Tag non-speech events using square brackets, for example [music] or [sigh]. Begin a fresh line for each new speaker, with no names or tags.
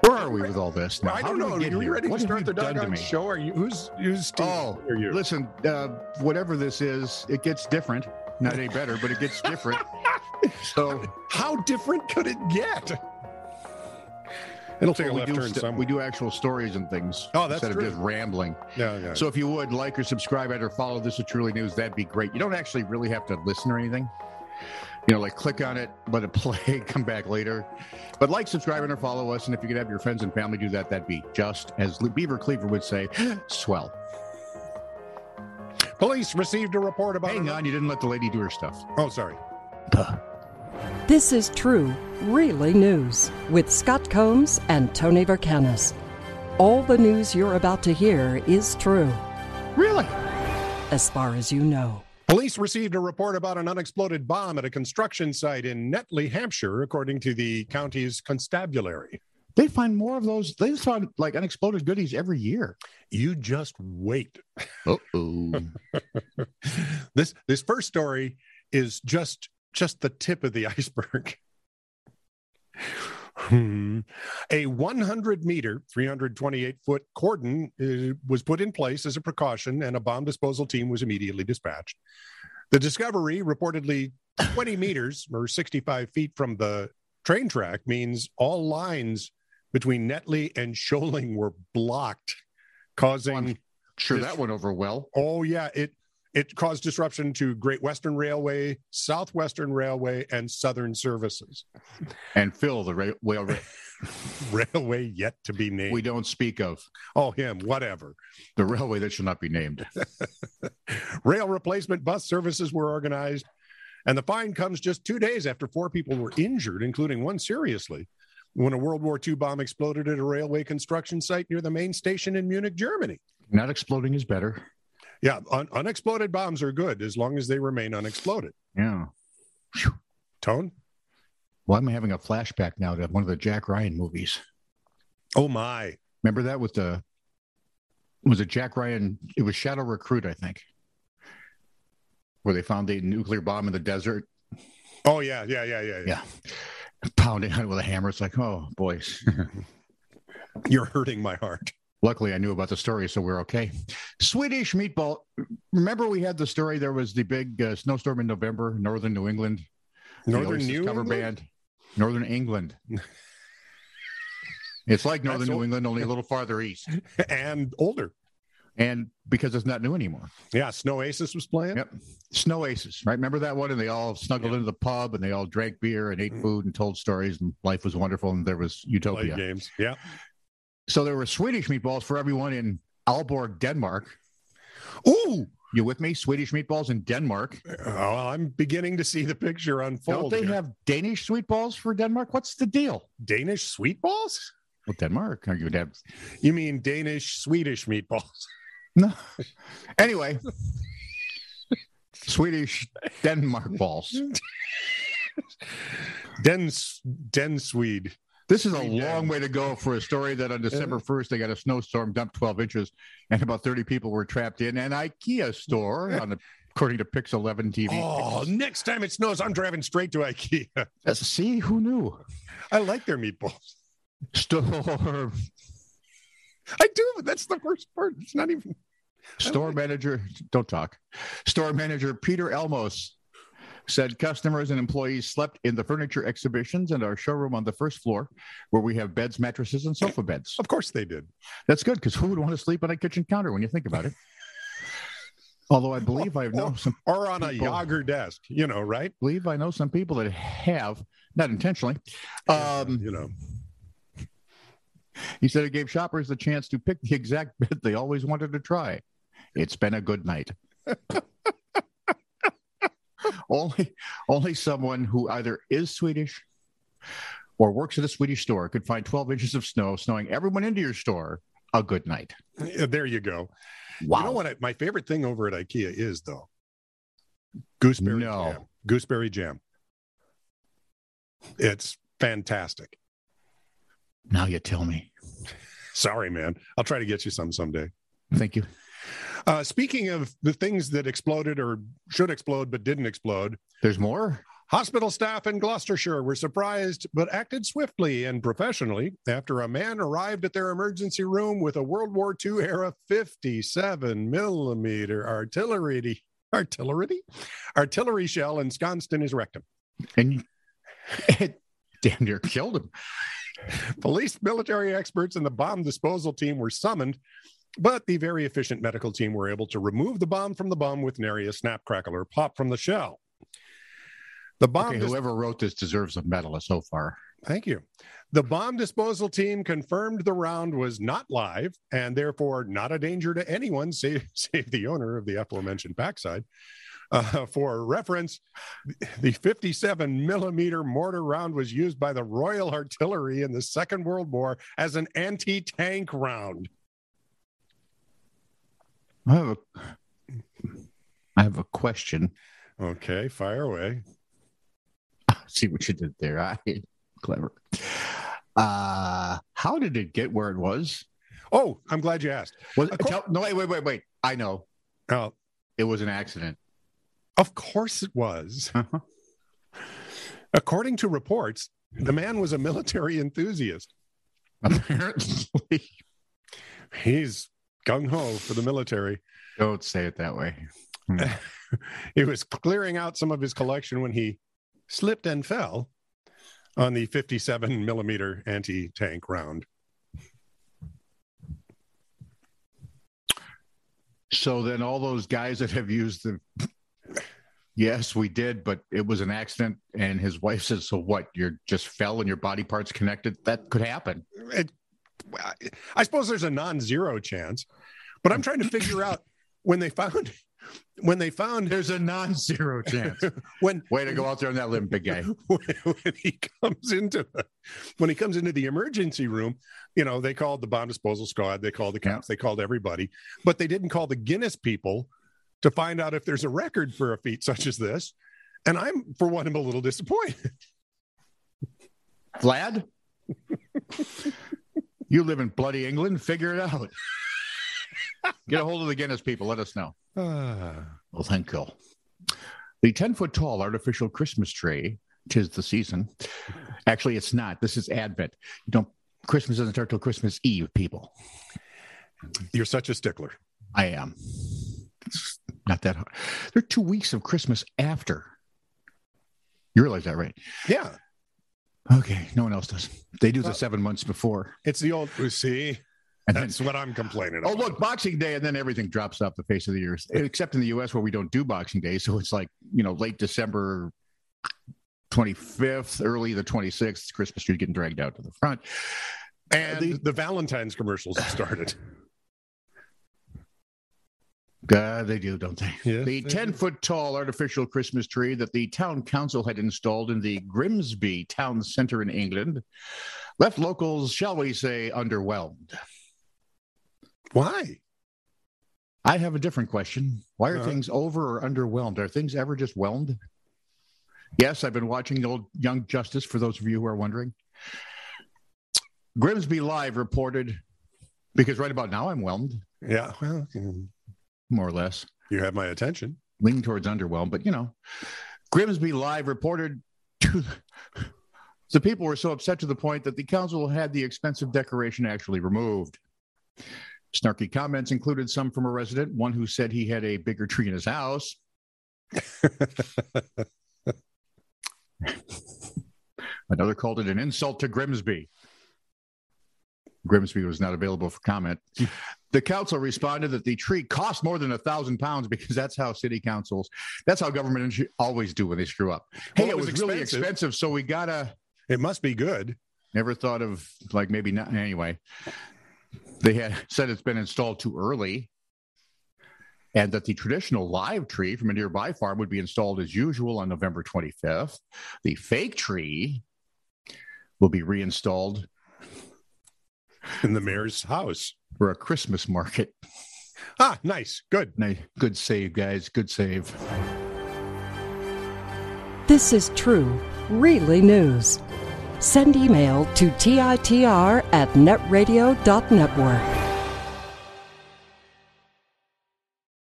Where are we with all this? Now?
I
How
don't
did we
know.
get
Are you
here?
ready
What
to
have
start
you
the
done to
doggone
me?
show? Are you? Who's who's Steve?
Oh,
Who are you?
Listen, uh, whatever this is, it gets different. Not any better, but it
[laughs]
gets different. So
How different could it get?
It'll take a
we
left
do,
turn
st-
somewhere.
we do actual stories and things
Oh, that's
instead
true.
of just rambling.
yeah, yeah.
So if you would like or subscribe at or follow this is truly news, that'd be great. You don't actually really have to listen or anything. You know, like click on it, let it [laughs] play, come back later. But like, subscribe, and or follow us. And if you could have your friends and family do that, that'd be just as Beaver Cleaver would say, [gasps] swell.
Police received a report about.
Hang
an-
on, you didn't let the lady do her stuff.
Oh, sorry.
This is true, really news with Scott Combs and Tony Vercanis. All the news you're about to hear is true,
Really?
as far as you know.
Police received a report about an unexploded bomb at a construction site in Netley, Hampshire, according to the county's constabulary.
They find more of those. They just find like unexploded goodies every year.
You just wait.
Uh oh.
[laughs] This this first story is just just the tip of the [laughs] iceberg. Hmm. A 100 meter, 328 foot cordon uh, was put in place as a precaution, and a bomb disposal team was immediately dispatched. The discovery, reportedly 20 meters or 65 feet from the train track, means all lines between Netley and Shoaling were blocked, causing
[laughs] sure, that went over well.
Oh yeah, it it caused disruption to Great Western Railway, Southwestern Railway, and Southern Services. [laughs]
And Phil, the ra- well, [laughs] ra-
Railway yet to be named.
we don't speak of
oh him, whatever.
the railway that shall not be named.
Rail replacement bus services were organized, and the fine comes just two days after four people were injured, including one seriously, when a World War II bomb exploded at a railway construction site near the main station in Munich, Germany.
Not exploding is better.
Yeah, un- unexploded bombs are good as long as they remain unexploded.
Yeah.
Tone.
Well, I'm having a flashback now to one of the Jack Ryan movies.
Oh my.
Remember that with the was it Jack Ryan? It was Shadow Recruit, I think, where they found the nuclear bomb in the desert, [laughs]
Oh yeah, yeah, yeah, yeah, yeah.
pounding on it with a hammer. It's like, oh boys.
You're hurting my heart.
Luckily, I knew about the story, so we're okay. Swedish meatball. Remember, we had the story. There was the big uh, snowstorm in November, northern New England. The
Northern
Oasis
New
cover
England?
band, Northern
[laughs]
England. it's like northern
That's
New
all-
England, only a little farther east,
and older.
and because it's not new anymore.
Yeah, Snow Aces was playing.
Yep. Snow Aces, right? Remember that one? And they all snuggled into the pub, and they all drank beer and ate
Mm.
food and told stories, and life was wonderful, and there was
Played
utopia.
games. Oh, Yeah.
So there were Swedish meatballs for everyone in Aalborg, Denmark.
Ooh.
You with me? Swedish meatballs in Denmark.
Oh, I'm beginning to see the picture
Don't
unfold.
they
here.
have Danish sweet balls for Denmark? What's the deal?
Danish sweet balls?
Well, Denmark, are you have
You mean Danish Swedish meatballs? [laughs]
no? Anyway, Swedish Denmark balls.
Den Den Swede.
This is a
Three
long
Dems.
way to go for a story that on December first they got a snowstorm, dumped twelve inches, and about thirty people were trapped in an IKEA store. On the, according to Pix Eleven TV.
Oh, next time it snows, I'm driving straight to IKEA.
That's- See who knew?
[laughs] I like their meatballs.
Store
I do, but that's the worst part. It's not even
Store manager, don't talk. Store manager Peter Elmos said customers and employees slept in the furniture exhibitions and our showroom on the first floor, where we have beds, mattresses, and sofa beds.
Of course they did.
That's good because who would want to sleep on a kitchen counter when you think about it? Although I believe I know some
Or on a
People.
Yager desk, you know, right?
believe I know some people that have not intentionally. Um,
you know.
he said it gave shoppers the chance to pick the exact [laughs] bed they always wanted to try. It's been a good night. [laughs] only, only someone who either is Swedish or works at a Swedish store could find 12 inches of snow snowing everyone into your store. A good night.
Yeah, There you go.
Wow.
You know what? I, my favorite thing over at IKEA is though gooseberry
No.
jam. Gooseberry jam. It's fantastic.
Now you tell me.
Sorry, man. I'll try to get you some someday.
Thank you.
Uh, speaking of the things that exploded or should explode but didn't explode,
There's more.
Hospital staff in Gloucestershire were surprised but acted swiftly and professionally after a man arrived at their emergency room with a World War II era 57 millimeter artillery artillery artillery shell ensconced in his rectum.
And it [laughs] damn near killed him.
Police, military experts, and the bomb disposal team were summoned, but the very efficient medical team were able to remove the bomb from the bum with nary a snap, crackle, or pop from the shell. The bomb.
Okay,
dis-
whoever wrote this deserves a medal so far.
Thank you. The bomb disposal team confirmed the round was not live and therefore not a danger to anyone, [laughs] save, save the owner of the aforementioned backside. Uh, for reference, the 57 millimeter mortar round was used by the Royal Artillery in the Second World War as an anti tank round.
I have a, I have a question.
Okay, fire away.
[laughs] See what you did there. I clever. Uh, how did it get where it was?
Oh, I'm glad you asked.
Was
Of cour-
tell, no, wait, wait, wait, wait. I know
Oh,
it was an accident.
of course it was.
Uh-huh.
According to reports, the man was a military enthusiast.
[laughs] Apparently,
He's gung ho for the military. [laughs]
don't say it that way.
He was clearing out some of his collection when he slipped and fell on the 57 millimeter anti tank round.
So then, all those guys that have used the yes, we did, but it was an accident. And his wife says, "So what? You're just fell and your body parts connected. That could happen."
It, I- I suppose there's a non zero chance, but I'm trying to figure out when they found. When they found
There's a non-zero chance.
when
Way to go out there on that limb, big guy.
[laughs] when, when he comes into the, when he comes into the emergency room, you know, they called the bomb disposal squad, they called the cops, they called everybody, but they didn't call the Guinness people to find out if there's a record for a feat such as this. And I'm, for one, am a little disappointed. [laughs]
Vlad, you live in bloody England. Figure it out. Get a hold of the Guinness people. Let us know.
Ah.
Well, thank you. The 10 foot tall artificial Christmas tree, tis the season. Actually, it's not. This is Advent. You don't, Christmas doesn't start till Christmas Eve, people.
you're such a stickler.
I am. It's not that hard. There are two weeks of Christmas after. You realize that, right?
Yeah,
Okay. No one else does. They do the
Well-
seven months before.
it's the old. you See,
And then
that's what I'm complaining
Oh,
about.
look, Boxing Day, and then everything drops off the face of the earth, except in the U.S. where we don't do Boxing Day. So it's like, you know, late December 25th, early the 26th, Christmas tree getting dragged out to the front.
and
the-
the, Valentine's commercials have [laughs] started.
God, they do, don't they?
Yes,
the
they
10 foot tall artificial Christmas tree that the town council had installed in the Grimsby town centre in England left locals, shall we say, underwhelmed.
Why?
I have a different question. Why are
Uh-huh.
things over or underwhelmed? Are things ever just whelmed? Yes, I've been watching the old Young Justice for those of you who are wondering. Grimsby Live reported because right about now I'm whelmed,
Yeah, well, you
more or less,
you have my attention. [laughs]
leaning towards underwhelmed, but you know, Grimsby Live reported to the [laughs] people were so upset to the point that the council had the expensive decoration actually removed. Snarky comments included some from a resident, one who said he had a bigger tree in his house. Another called it an insult to Grimsby. Grimsby was not available for comment. The council responded that the tree cost more than a thousand pounds because that's how city councils, that's how government ins- always do when they screw up. Hey,
Well,
it was, really expensive, so we gotta.
It must be good.
Never thought of like maybe not. Anyway, they had said it's been installed too early, and that the traditional live tree from a nearby farm would be installed as usual on November 25th. The fake tree will be reinstalled
in the mayor's house.
for a Christmas market.
Ah, nice. Good.
Nice, good save, guys. Good save.
This is true, really news. Send email to TITR at netradio.network.